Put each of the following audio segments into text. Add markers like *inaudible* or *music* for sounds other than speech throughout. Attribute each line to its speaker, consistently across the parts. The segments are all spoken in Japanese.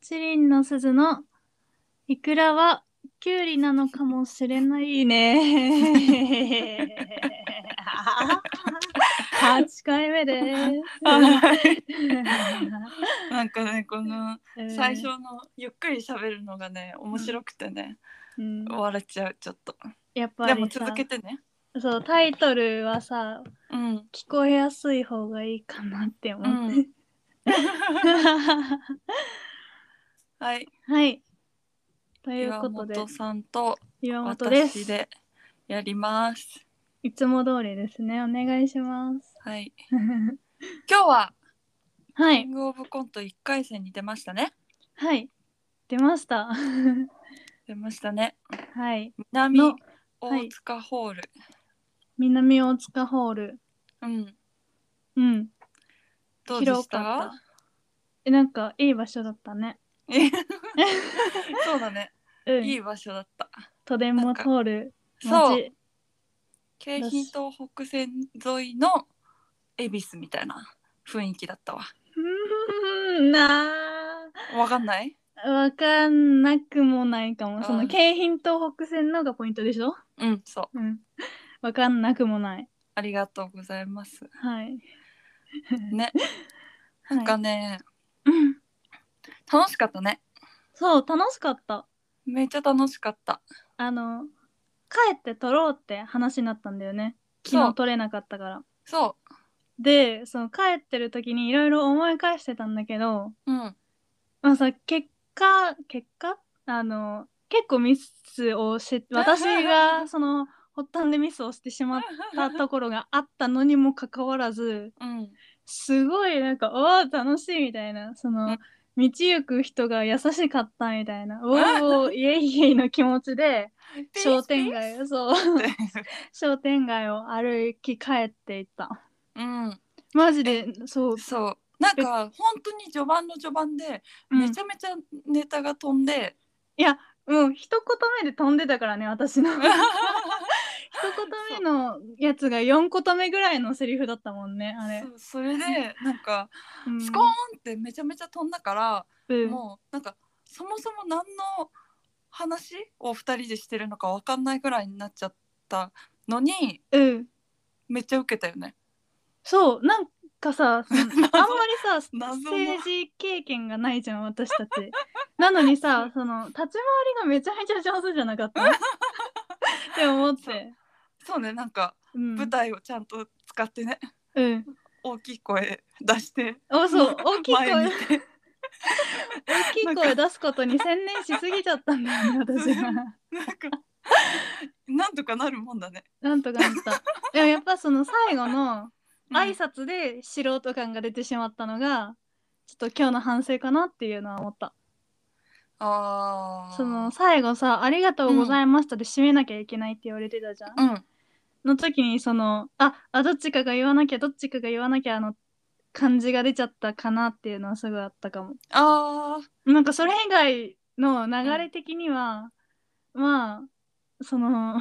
Speaker 1: チリンの鈴のいくらはキュウリなのかもしれないね。8回目で
Speaker 2: *laughs* はい
Speaker 1: す。
Speaker 2: なんかねこの最初のゆっくり喋るのがね面白くてね、
Speaker 1: うん、
Speaker 2: 笑っちゃうちょっと
Speaker 1: やっぱ
Speaker 2: で
Speaker 1: り
Speaker 2: も
Speaker 1: さ
Speaker 2: 続けてね
Speaker 1: そうタイトルはさ
Speaker 2: うん
Speaker 1: 聞こえやすい方がいいかなって
Speaker 2: う
Speaker 1: 思って。
Speaker 2: んはい
Speaker 1: *laughs* はい。という
Speaker 2: 岩
Speaker 1: ことで
Speaker 2: 本さんと
Speaker 1: 岩本です
Speaker 2: 私でやります
Speaker 1: いつも通りですね。お願いします。
Speaker 2: はい今日は
Speaker 1: *laughs* は
Speaker 2: キ
Speaker 1: い
Speaker 2: ン。グオブコント1回戦に出ましたね
Speaker 1: はい。出ました。 *laughs*
Speaker 2: 出ましたね
Speaker 1: はい。
Speaker 2: 南
Speaker 1: の
Speaker 2: 大塚ホール、
Speaker 1: 南大塚ホール。
Speaker 2: うん
Speaker 1: うん。
Speaker 2: どうで
Speaker 1: 広
Speaker 2: し
Speaker 1: かったたえ、なんかいい場所だったね。
Speaker 2: *laughs* そうだね、
Speaker 1: うん。
Speaker 2: いい場所
Speaker 1: *laughs*
Speaker 2: だった
Speaker 1: 都電も通る
Speaker 2: そう
Speaker 1: 街。
Speaker 2: 京浜東北線沿いの恵比寿みたいな雰囲気だったわ
Speaker 1: うーんな
Speaker 2: わかんない
Speaker 1: あ。わかんなくもないかも。そうの
Speaker 2: ん
Speaker 1: 京浜東北線のがポイントでしょ
Speaker 2: うんそう
Speaker 1: うん。わかんなくもない。
Speaker 2: ありがとうございます
Speaker 1: はい。 *laughs*
Speaker 2: ね
Speaker 1: はい
Speaker 2: なんかね、
Speaker 1: うん
Speaker 2: 楽しかったね
Speaker 1: そう、楽しかった。
Speaker 2: めっちゃ楽しかった
Speaker 1: あの帰って撮ろうって話になったんだよね昨
Speaker 2: そ
Speaker 1: 日
Speaker 2: う
Speaker 1: 撮れなかったから
Speaker 2: そ
Speaker 1: でその帰ってる時にいろいろ思い返してたんだけど
Speaker 2: ううん
Speaker 1: まあさ結果結果あの結構ミスをして私 *laughs* がその発端でミスをしてしまったところがあったのにもかかわらず
Speaker 2: うん
Speaker 1: すごいなんかおー楽しいみたいなその、
Speaker 2: うん
Speaker 1: 道行く人が優しかったみたいなおーおーイエイイエイの気持ち *laughs* で商店街をそう
Speaker 2: ピースピースって
Speaker 1: *laughs* 商店街を歩き帰っていった
Speaker 2: うん
Speaker 1: マジでそう、
Speaker 2: そうなんか本当に序盤の序盤で
Speaker 1: うん
Speaker 2: めちゃめちゃネタが飛んで、
Speaker 1: いやもう一言目で飛んでたからね私
Speaker 2: *laughs*
Speaker 1: の一言目のやつが4言目ぐらいのセリフだったもんねあれ
Speaker 2: そうそれでなんか
Speaker 1: うん
Speaker 2: スコーンってめちゃめちゃ飛んだから、
Speaker 1: うん
Speaker 2: もうなんかそもそも何の話を2人でしてるのか分かんないぐらいになっちゃったのに
Speaker 1: うん
Speaker 2: めっちゃウケたよね。
Speaker 1: そうなんかさ
Speaker 2: *laughs*
Speaker 1: そのあんまりさステ
Speaker 2: 謎の
Speaker 1: ージ経験がないじゃん私たちなのに
Speaker 2: *laughs*
Speaker 1: さその立ち回りがめちゃめちゃ上手じゃなかったって思って、
Speaker 2: そうねなんか
Speaker 1: うん、
Speaker 2: 舞台をちゃんと使ってね、
Speaker 1: うん
Speaker 2: 大きい声出して
Speaker 1: あそう
Speaker 2: *laughs*
Speaker 1: 大きい
Speaker 2: 前
Speaker 1: 声
Speaker 2: にいて
Speaker 1: *laughs* 大きい声出すことに専念しすぎちゃったんだ
Speaker 2: *laughs*
Speaker 1: よね私は。
Speaker 2: なんかなんとかなるもんだね。
Speaker 1: なんとかな
Speaker 2: *laughs*
Speaker 1: った。でもやっぱその最後の
Speaker 2: うん
Speaker 1: 挨拶で素人感が出てしまったのが、ちょっと今日の反省かなっていうのは思った。
Speaker 2: あー
Speaker 1: その最後さ「ありがとうございました」で締めなきゃいけないって言われてたじゃん。
Speaker 2: うん
Speaker 1: の時にその「ああどっちかが言わなきゃどっちかが言わなきゃ」あの感じが出ちゃったかなっていうのはすごいあったかも。
Speaker 2: あー
Speaker 1: なんかそれ以外の流れ的には、まあそ
Speaker 2: *laughs*
Speaker 1: の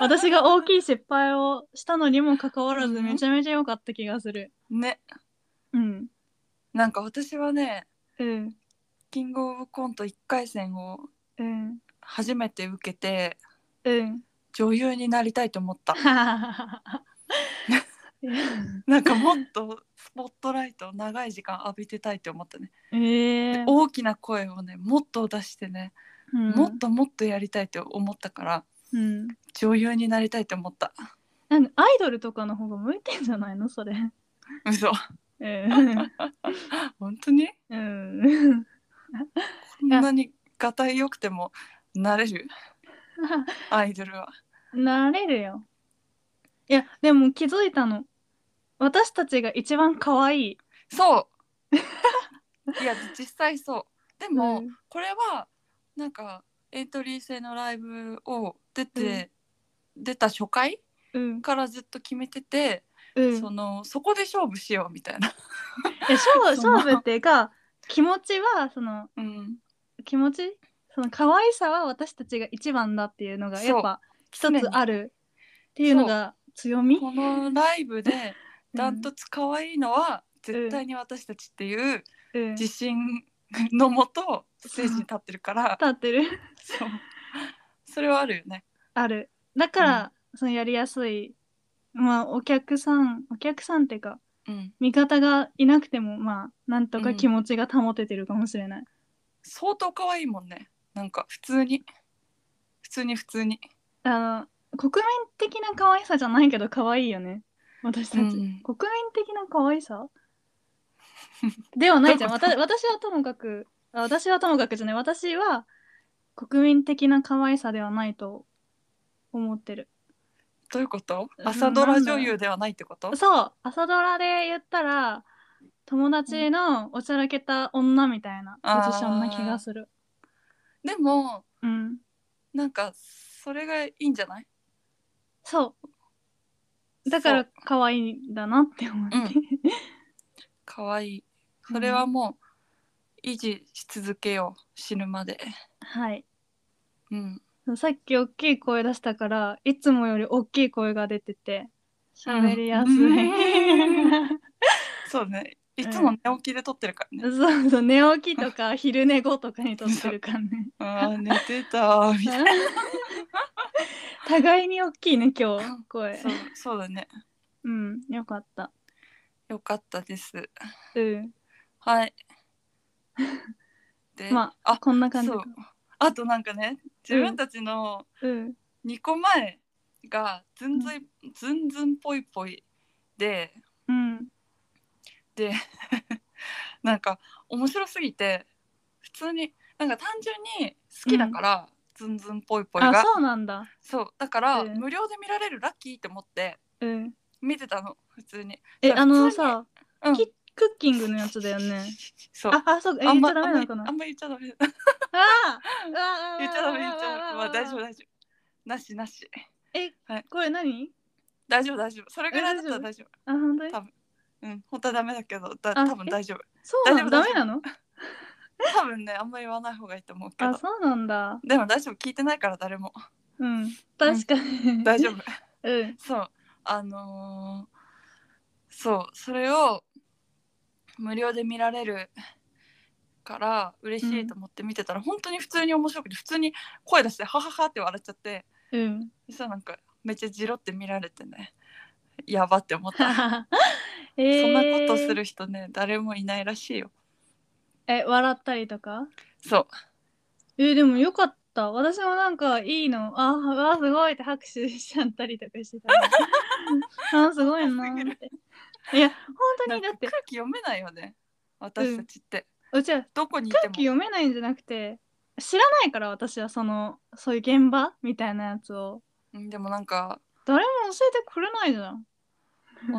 Speaker 1: 私が大きい失敗をしたのにもかかわら
Speaker 2: う
Speaker 1: ず
Speaker 2: ん
Speaker 1: めちゃめちゃ良かった気がする。
Speaker 2: ね
Speaker 1: うん。
Speaker 2: なんか私はね
Speaker 1: うん。
Speaker 2: キングオブコント1回戦を
Speaker 1: うん。
Speaker 2: 初めて受けて *laughs*
Speaker 1: うん。
Speaker 2: 女優になりたいと思った
Speaker 1: はははは
Speaker 2: なんかもっとスポットライトを長い時間浴びてたいと思ったね
Speaker 1: ええー。
Speaker 2: 大きな声をねもっと出してね、
Speaker 1: うん
Speaker 2: もっともっとやりたいと思ったから
Speaker 1: うん。
Speaker 2: 女優になりたいと
Speaker 1: *laughs*
Speaker 2: 思った
Speaker 1: なんかアイドルとかの方が向いてんじゃないのそ
Speaker 2: *laughs*
Speaker 1: れ。
Speaker 2: 嘘
Speaker 1: うん。
Speaker 2: 本当に
Speaker 1: うん。
Speaker 2: こんなにがたいよくてもな
Speaker 1: *laughs*
Speaker 2: れるアイドルは
Speaker 1: なれるよ。いや、でも気づいたの。私たちが一番可愛い。
Speaker 2: そ
Speaker 1: *laughs*
Speaker 2: ういや実際そうでも、
Speaker 1: うん
Speaker 2: これはなんかエントリー制のライブを出て、出た初回
Speaker 1: うん。
Speaker 2: からずっと決めてて、
Speaker 1: うん
Speaker 2: そのそこで勝負しようみたいな、
Speaker 1: え勝負
Speaker 2: その
Speaker 1: 勝負っていうか気持ちはその
Speaker 2: うん、
Speaker 1: 気持ちその可愛さは私たちが一番だっていうのが
Speaker 2: そう
Speaker 1: やっぱ一
Speaker 2: 常
Speaker 1: つ
Speaker 2: に
Speaker 1: あるっていうのが強み
Speaker 2: このライブでダントツ可愛いのは
Speaker 1: ん
Speaker 2: 絶対に私たちっていう自信のもとステージに立ってるから
Speaker 1: 立ってる
Speaker 2: そうそれはあるよね。
Speaker 1: あるだから、そのやりやすいまあお客さんお客さんっていうか
Speaker 2: うん、
Speaker 1: 味方がいなくてもまあなんとか気持ちが保ててるかもしれない、
Speaker 2: 相当可愛いもんねなんか普通に普通に普通に、
Speaker 1: あの国民的な可愛さじゃないけど可愛いよね私たち、
Speaker 2: うん
Speaker 1: 国民的な可愛
Speaker 2: *laughs*
Speaker 1: さではないじゃん
Speaker 2: どういう
Speaker 1: わた私はともかくあ私はともかくじゃない私は国民的な可愛さではないと思ってる
Speaker 2: どういうこと
Speaker 1: うん
Speaker 2: 朝ドラ女優ではないってこと
Speaker 1: そう朝ドラで言ったら友達のおちゃらけた女みたいなポジションな気がする
Speaker 2: でも
Speaker 1: うん
Speaker 2: なんかそれがいいんじゃない
Speaker 1: そうだから
Speaker 2: そう
Speaker 1: 可愛いんだなって思って、
Speaker 2: *laughs* 可愛いそれはもう維持し続けよう死ぬまで
Speaker 1: *laughs* はい
Speaker 2: うん
Speaker 1: さっき大きい声出したからいつもより大きい声が出てて喋りやすい、
Speaker 2: うんそうねいつも寝起きで撮ってるからね、
Speaker 1: そうそう寝起きとか昼寝後とかに撮ってるからね
Speaker 2: あ *laughs* ー寝てたみたい
Speaker 1: 互いに大きいね今日
Speaker 2: な
Speaker 1: 声
Speaker 2: そうそうだね
Speaker 1: うんよかった
Speaker 2: よかったです
Speaker 1: うん
Speaker 2: はいで
Speaker 1: ま
Speaker 2: あ
Speaker 1: こんな感じ
Speaker 2: そうあとなんかね自分たちの
Speaker 1: うん
Speaker 2: 2個前がずんずい、ずんずんぽいぽいで
Speaker 1: うん
Speaker 2: でなんか面白すぎて普通になんか単純に好きだから、ずんずんぽいぽい
Speaker 1: あ
Speaker 2: が
Speaker 1: そうなんだ
Speaker 2: そうだから、
Speaker 1: うん
Speaker 2: 無料で見られるラッキーって思って
Speaker 1: うん
Speaker 2: 見てたの普通に
Speaker 1: え
Speaker 2: だから
Speaker 1: あの
Speaker 2: 普通に
Speaker 1: さ
Speaker 2: うん
Speaker 1: キクッキングのやつだよね
Speaker 2: そう
Speaker 1: ああそうかえ
Speaker 2: あん
Speaker 1: 言っ
Speaker 2: ま
Speaker 1: ちゃダメなのかな
Speaker 2: あんま言っちゃダメ
Speaker 1: あーあーあー
Speaker 2: 言っちゃダメ言っちゃダメまあ大丈夫
Speaker 1: 夫
Speaker 2: 大丈夫なしなし
Speaker 1: これ何
Speaker 2: 大丈夫大丈夫それぐらいだったら大丈夫
Speaker 1: あ本当に
Speaker 2: 多分うん本当はダメだけどだ
Speaker 1: あ
Speaker 2: 多分大丈夫
Speaker 1: そうなのダ
Speaker 2: 大
Speaker 1: メ
Speaker 2: 丈夫
Speaker 1: なの
Speaker 2: 多分ねあんま言わない方がいいと思うけ
Speaker 1: あ
Speaker 2: ど
Speaker 1: そうなんだ
Speaker 2: でも大丈夫聞いてないから誰も
Speaker 1: うん確かに
Speaker 2: 大丈夫 *laughs*
Speaker 1: 夫 *laughs* うん
Speaker 2: そうあのーそうそれを無料で見られるから嬉しいと思って見てたら、本当に普通に面白くて普通に声出してハハハって笑っちゃって
Speaker 1: うん *laughs*
Speaker 2: そしたらなんかめっちゃジロって見られてねやばって思っ
Speaker 1: *laughs*
Speaker 2: た、
Speaker 1: え
Speaker 2: そんな
Speaker 1: ー
Speaker 2: ことする人ね誰もいないらしいよ
Speaker 1: え笑ったりとか
Speaker 2: そう
Speaker 1: えーでもよかった私もなんかいいのあーわーすごいって拍手しちゃったりとかしてた
Speaker 2: *laughs*
Speaker 1: あーすごいなーっていや本当にだ
Speaker 2: なん
Speaker 1: っ
Speaker 2: か
Speaker 1: て
Speaker 2: 空気読めないよね私たちって、
Speaker 1: うちは
Speaker 2: どこにいて
Speaker 1: 空
Speaker 2: も
Speaker 1: 気読めないんじゃなくて知らないから私はそのそういう現場みたいなやつを
Speaker 2: うんでもなんか
Speaker 1: 誰も教えてくれないじゃん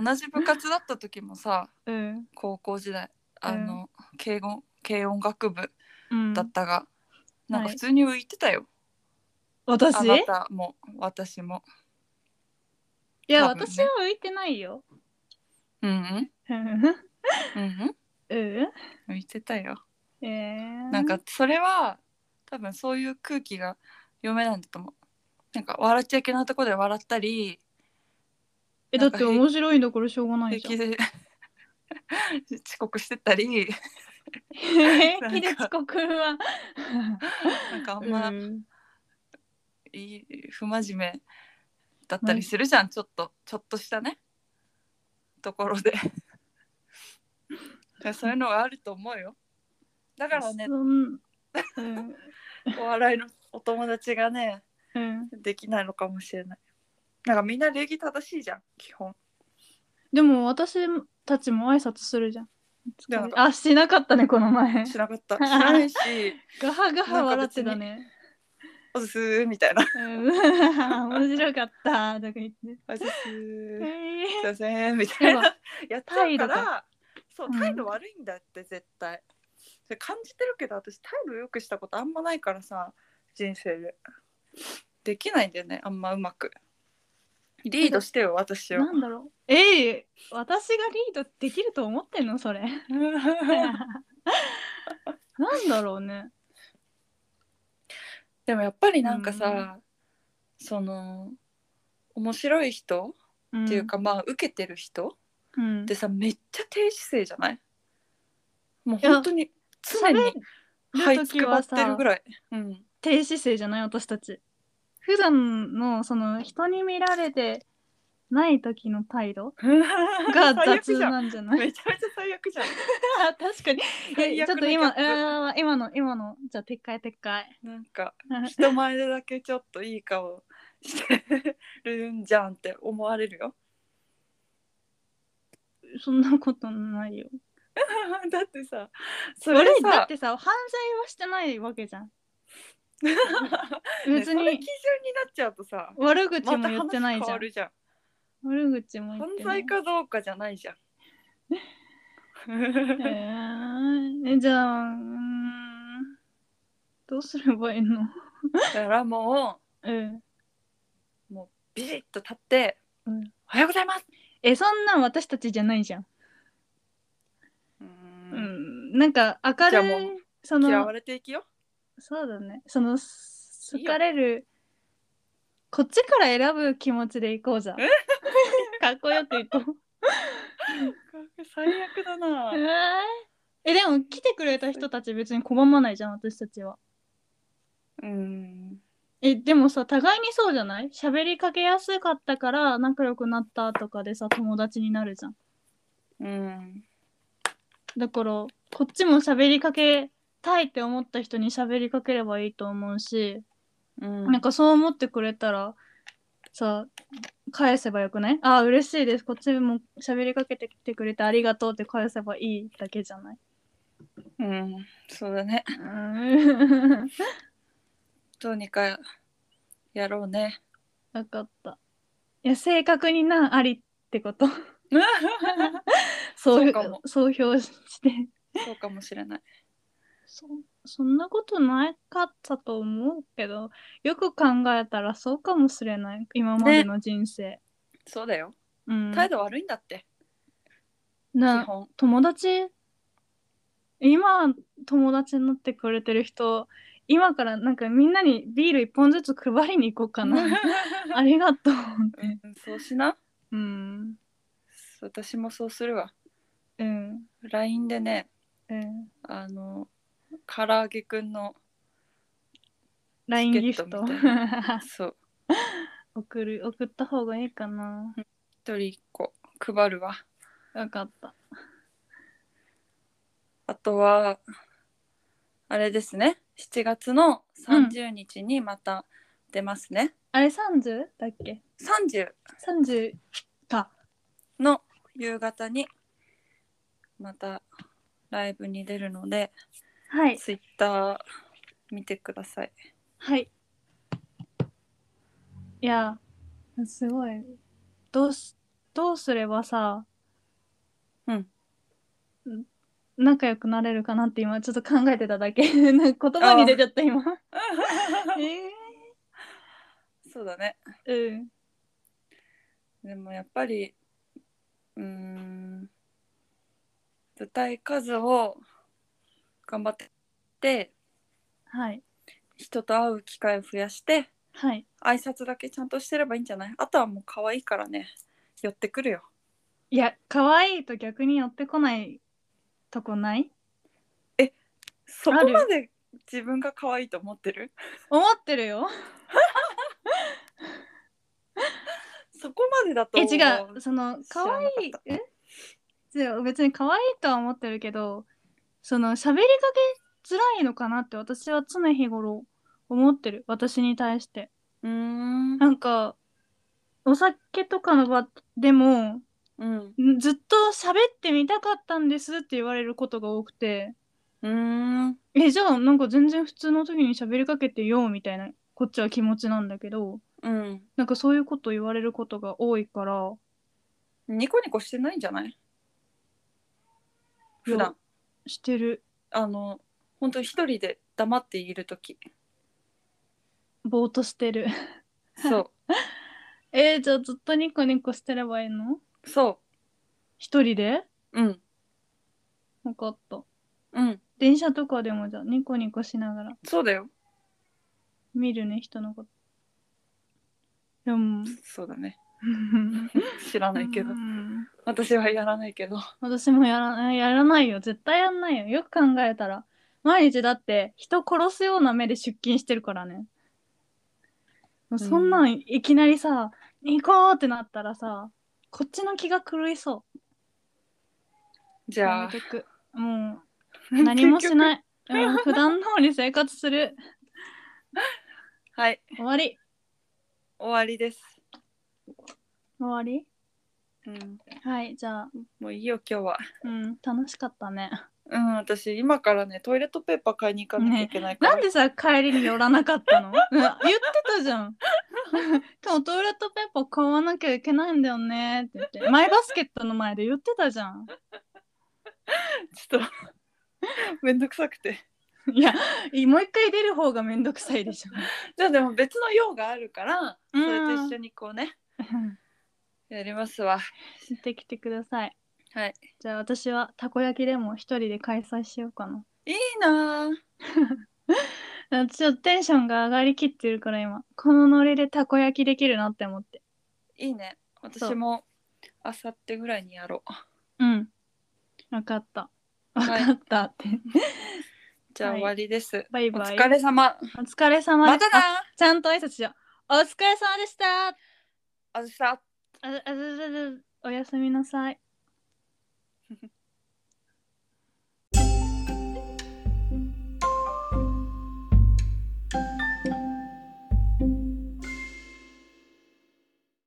Speaker 2: 同じ部活だった時もさ
Speaker 1: うん
Speaker 2: 高校時代あの、軽音軽音楽部
Speaker 1: うん
Speaker 2: だったが、
Speaker 1: うん
Speaker 2: なんか
Speaker 1: はい
Speaker 2: 普通に浮いてたよ、
Speaker 1: 私
Speaker 2: あなたも私も
Speaker 1: いや、
Speaker 2: 多分ね
Speaker 1: 私は浮いてないよ。 *laughs*
Speaker 2: うん
Speaker 1: うん。
Speaker 2: うんうん
Speaker 1: う
Speaker 2: うん浮いてたよ
Speaker 1: ん。えー、
Speaker 2: なんか、それは多分そういう空気が読めないんだと思うなんか笑っちゃいけないとこで笑ったり
Speaker 1: え、だって面白いんだからしょうがないじゃ
Speaker 2: 平気
Speaker 1: ん。
Speaker 2: で *laughs* 遅刻してたり
Speaker 1: *laughs* 平
Speaker 2: なんか
Speaker 1: 気で遅刻は。
Speaker 2: なんかあんま
Speaker 1: うん
Speaker 2: いい不真面目だったりするじゃん、ちょっとちょっとしたねとこ
Speaker 1: *laughs*
Speaker 2: ろでそういうのがあると思うよだからね
Speaker 1: そんうん。
Speaker 2: お笑いのお友達がね
Speaker 1: うん。
Speaker 2: できないのかもしれないなんかみんな礼儀正しいじゃん基本
Speaker 1: でも私たちも挨拶するじゃん
Speaker 2: でも。
Speaker 1: あ、しなかったね、この前。
Speaker 2: しな
Speaker 1: *laughs*
Speaker 2: かったしないし
Speaker 1: ガハガハ笑ってたね。
Speaker 2: 「おすす」み
Speaker 1: *laughs*
Speaker 2: たいな
Speaker 1: うん。面白かった。とか言って。
Speaker 2: 「おすす
Speaker 1: え」
Speaker 2: 「
Speaker 1: ー
Speaker 2: すいません」みたい
Speaker 1: や
Speaker 2: なやっちゃうか
Speaker 1: 態度
Speaker 2: らそう
Speaker 1: うん
Speaker 2: 態度悪いんだって絶対、それ感じてるけど私態度良くしたことあんまないからさ人生でできないんだよねあんまうまくリードしてよ私を
Speaker 1: なんだろう。ええ私がリードできると思ってんのそれ。 *laughs* なんだろうね。
Speaker 2: *laughs* でもやっぱりなんかさ、その面白い人
Speaker 1: っ
Speaker 2: っていう、か、まあ受けてる人
Speaker 1: うん
Speaker 2: ってさめっちゃ低姿勢じゃないもう本当に常にはいつくばってるぐらい、うん、
Speaker 1: 低姿勢じゃない私たち普段のその人に見られてない時の態度が
Speaker 2: *laughs* 最悪
Speaker 1: 雑
Speaker 2: じゃん
Speaker 1: なんじゃない
Speaker 2: めちゃめちゃ最悪じ
Speaker 1: *laughs*
Speaker 2: ゃん
Speaker 1: あ確 *laughs* かにいやちょっと今う
Speaker 2: 最悪な
Speaker 1: ーん今の今のじゃあ撤回撤回
Speaker 2: *laughs* なんか人前でだけちょっといい顔してるんじゃんって思われるよ *laughs*
Speaker 1: そんなことないよ
Speaker 2: だってさそれ
Speaker 1: 悪いだっ
Speaker 2: さ
Speaker 1: てさ犯罪はしてないわけじゃん
Speaker 2: 別
Speaker 1: 別
Speaker 2: に、それ
Speaker 1: に
Speaker 2: 基準になっちゃうとさ
Speaker 1: 悪口
Speaker 2: ま
Speaker 1: も
Speaker 2: た
Speaker 1: 言ってない
Speaker 2: 話変
Speaker 1: じゃ
Speaker 2: わ
Speaker 1: ん、
Speaker 2: るじゃん
Speaker 1: 悪口も言
Speaker 2: 犯
Speaker 1: ってない
Speaker 2: 罪かどうかじゃな
Speaker 1: *laughs*
Speaker 2: いじゃん
Speaker 1: えーえじゃあうーんどうすればいいの
Speaker 2: だからも
Speaker 1: うん
Speaker 2: うビシッと立って、
Speaker 1: うん
Speaker 2: おはようございます
Speaker 1: えそんなん私たちじゃないじゃん、
Speaker 2: う
Speaker 1: うんん、なんか明
Speaker 2: じゃあ
Speaker 1: る
Speaker 2: もう
Speaker 1: いそ
Speaker 2: 嫌
Speaker 1: の
Speaker 2: われていきよ
Speaker 1: そうだねそのす
Speaker 2: いい
Speaker 1: 好か
Speaker 2: よ
Speaker 1: れるこっちから選ぶ気持ちでいこうじゃん *laughs* かっこよくいこう
Speaker 2: *laughs* 最悪だな
Speaker 1: えーえでも来てくれた人たち別に拒まないじゃん私たちは
Speaker 2: うん
Speaker 1: えでもさ互いにそうじゃない喋りかけやすかったから仲良くなったとかでさ友達になるじゃん
Speaker 2: うん
Speaker 1: だからこっちも喋りかけたいって思った人に喋りかければいいと思うし、
Speaker 2: うん
Speaker 1: なんかそう思ってくれたらさ返せばよくないああ嬉しいですこっちも喋りかけてきてくれてありがとうって返せばいいだけじゃない
Speaker 2: うんそうだね
Speaker 1: うーん
Speaker 2: どうにかやろうね *laughs*
Speaker 1: わかったいや正確になありってこと
Speaker 2: そ
Speaker 1: そうう
Speaker 2: かも
Speaker 1: 総評して
Speaker 2: そうかもしれない
Speaker 1: そそんなことなかったと思うけどよく考えたらそうかもしれない今までの人生、
Speaker 2: そうだよ
Speaker 1: うん、
Speaker 2: 態度悪いんだって、基
Speaker 1: な
Speaker 2: 本
Speaker 1: 友達今友達になってくれてる人今からなんかみんなにビール一本ずつ配りに行こうか
Speaker 2: *laughs*
Speaker 1: な *laughs* ありがとうって
Speaker 2: うんそうしな
Speaker 1: うん
Speaker 2: 私もそうするわ
Speaker 1: うん
Speaker 2: LINE でね
Speaker 1: うん
Speaker 2: あの唐揚げくんの
Speaker 1: LINE ギフト *laughs*
Speaker 2: チケットみたそう
Speaker 1: 送る送った方がいいかな
Speaker 2: 一人一個配るわ
Speaker 1: わかった
Speaker 2: あとはあれですね7月の30日にまた出ますね、
Speaker 1: あれ30だっけ
Speaker 2: 30
Speaker 1: 30か
Speaker 2: の夕方にまたライブに出るので
Speaker 1: はい
Speaker 2: ツイッター見てください
Speaker 1: はい。いや、すごい。どうす、どうすればさ、
Speaker 2: うん。
Speaker 1: 仲良くなれるかなって今ちょっと考えてただけ。 *laughs* なんか言葉に出ちゃった今。え
Speaker 2: そうだね
Speaker 1: ー、うん。
Speaker 2: でもやっぱりうーん舞台数を頑張って
Speaker 1: はい。
Speaker 2: 人と会う機会を増やして
Speaker 1: はい。
Speaker 2: 挨拶だけちゃんとしてればいいんじゃないあとはもう可愛いからね寄ってくるよ
Speaker 1: いや、可愛いと逆に寄ってこないとこない
Speaker 2: そこまで自分が可愛いと思ってる
Speaker 1: 思ってるよ。
Speaker 2: そこまでだと
Speaker 1: え、
Speaker 2: 思
Speaker 1: 違う。その、
Speaker 2: 知
Speaker 1: 可
Speaker 2: らなか
Speaker 1: 愛
Speaker 2: っ
Speaker 1: い
Speaker 2: た、
Speaker 1: え違う別に可愛いとは思ってるけど、その、喋りかけづらいのかなって私は常日頃思ってる。私に対して。
Speaker 2: うーん
Speaker 1: なんか、お酒とかの場でも、
Speaker 2: うん
Speaker 1: んずっと喋ってみたかったんですって言われることが多くて、
Speaker 2: うーん
Speaker 1: え、じゃあなんか全然普通の時に喋りかけてよみたいな、こっちは気持ちなんだけど、
Speaker 2: うん
Speaker 1: なんかそういうこと言われることが多いから、
Speaker 2: ニコニコしてないんじゃない普段
Speaker 1: してる。
Speaker 2: あの本当に一人で黙っている時
Speaker 1: ぼーっとしてる。
Speaker 2: そ
Speaker 1: えー、じゃあずっとニコニコしてればいいの
Speaker 2: うそ
Speaker 1: 一人で
Speaker 2: ううん
Speaker 1: 分かった。
Speaker 2: うん
Speaker 1: 電車とかでもじゃあニコニコしながら
Speaker 2: そうだよ
Speaker 1: 見るね、人のこと。でも、
Speaker 2: そうだね知らないけど
Speaker 1: うん
Speaker 2: 私はやらないけど
Speaker 1: 私もやらやらないよ。絶対やんないよ。よく考えたら。毎日だって人殺すような目で出勤してるからね。もうそんなんいきなりさ、行こうってなったらさ、こっちの気が狂いそ
Speaker 2: じ
Speaker 1: う。
Speaker 2: ゃ
Speaker 1: や
Speaker 2: あ
Speaker 1: めとく。もう何もしない。うん、普段通り生活する。
Speaker 2: *laughs* はい
Speaker 1: 終わり。
Speaker 2: 終わりです、
Speaker 1: 終わり
Speaker 2: うん、
Speaker 1: はい、じゃあ、
Speaker 2: もういいよ今日は
Speaker 1: うん、楽しかったね。
Speaker 2: うん私今からねトイレットペーパー買いに行かなきゃいけないから、
Speaker 1: なんでさ、帰りに寄らなかったの、うん言ってたじゃん。 *laughs* 今日トイレットペーパー買わなきゃいけないんだよねって言って、マイバスケットの前で言ってたじゃん。
Speaker 2: ちょっと *laughs* めんどくさくて
Speaker 1: いや、もう一回出る方がめんどくさいでしょ。
Speaker 2: じゃあでも別の用があるから
Speaker 1: う
Speaker 2: そ
Speaker 1: ん
Speaker 2: れと一緒にこうね
Speaker 1: *laughs*
Speaker 2: やりますわ
Speaker 1: 行ってきてください。
Speaker 2: はい
Speaker 1: じゃあ私はたこ焼きでも一人で開催しようかな。
Speaker 2: いいなぁ
Speaker 1: あちょっとテンションが上がりきってるから今、このノリでたこ焼きできるなって思って。
Speaker 2: いいね
Speaker 1: そう
Speaker 2: 私もあさってぐらいにやろう
Speaker 1: うん。わかった。わ
Speaker 2: はい
Speaker 1: かったって。
Speaker 2: じゃあ
Speaker 1: はい
Speaker 2: 終わりです、
Speaker 1: バイ
Speaker 2: お
Speaker 1: バイ。
Speaker 2: 疲れ様
Speaker 1: お疲れ様
Speaker 2: ま
Speaker 1: でした
Speaker 2: た。な
Speaker 1: ちゃんと挨拶しよう。お疲れ様でした。
Speaker 2: あずさ
Speaker 1: あああああおやすみなさい。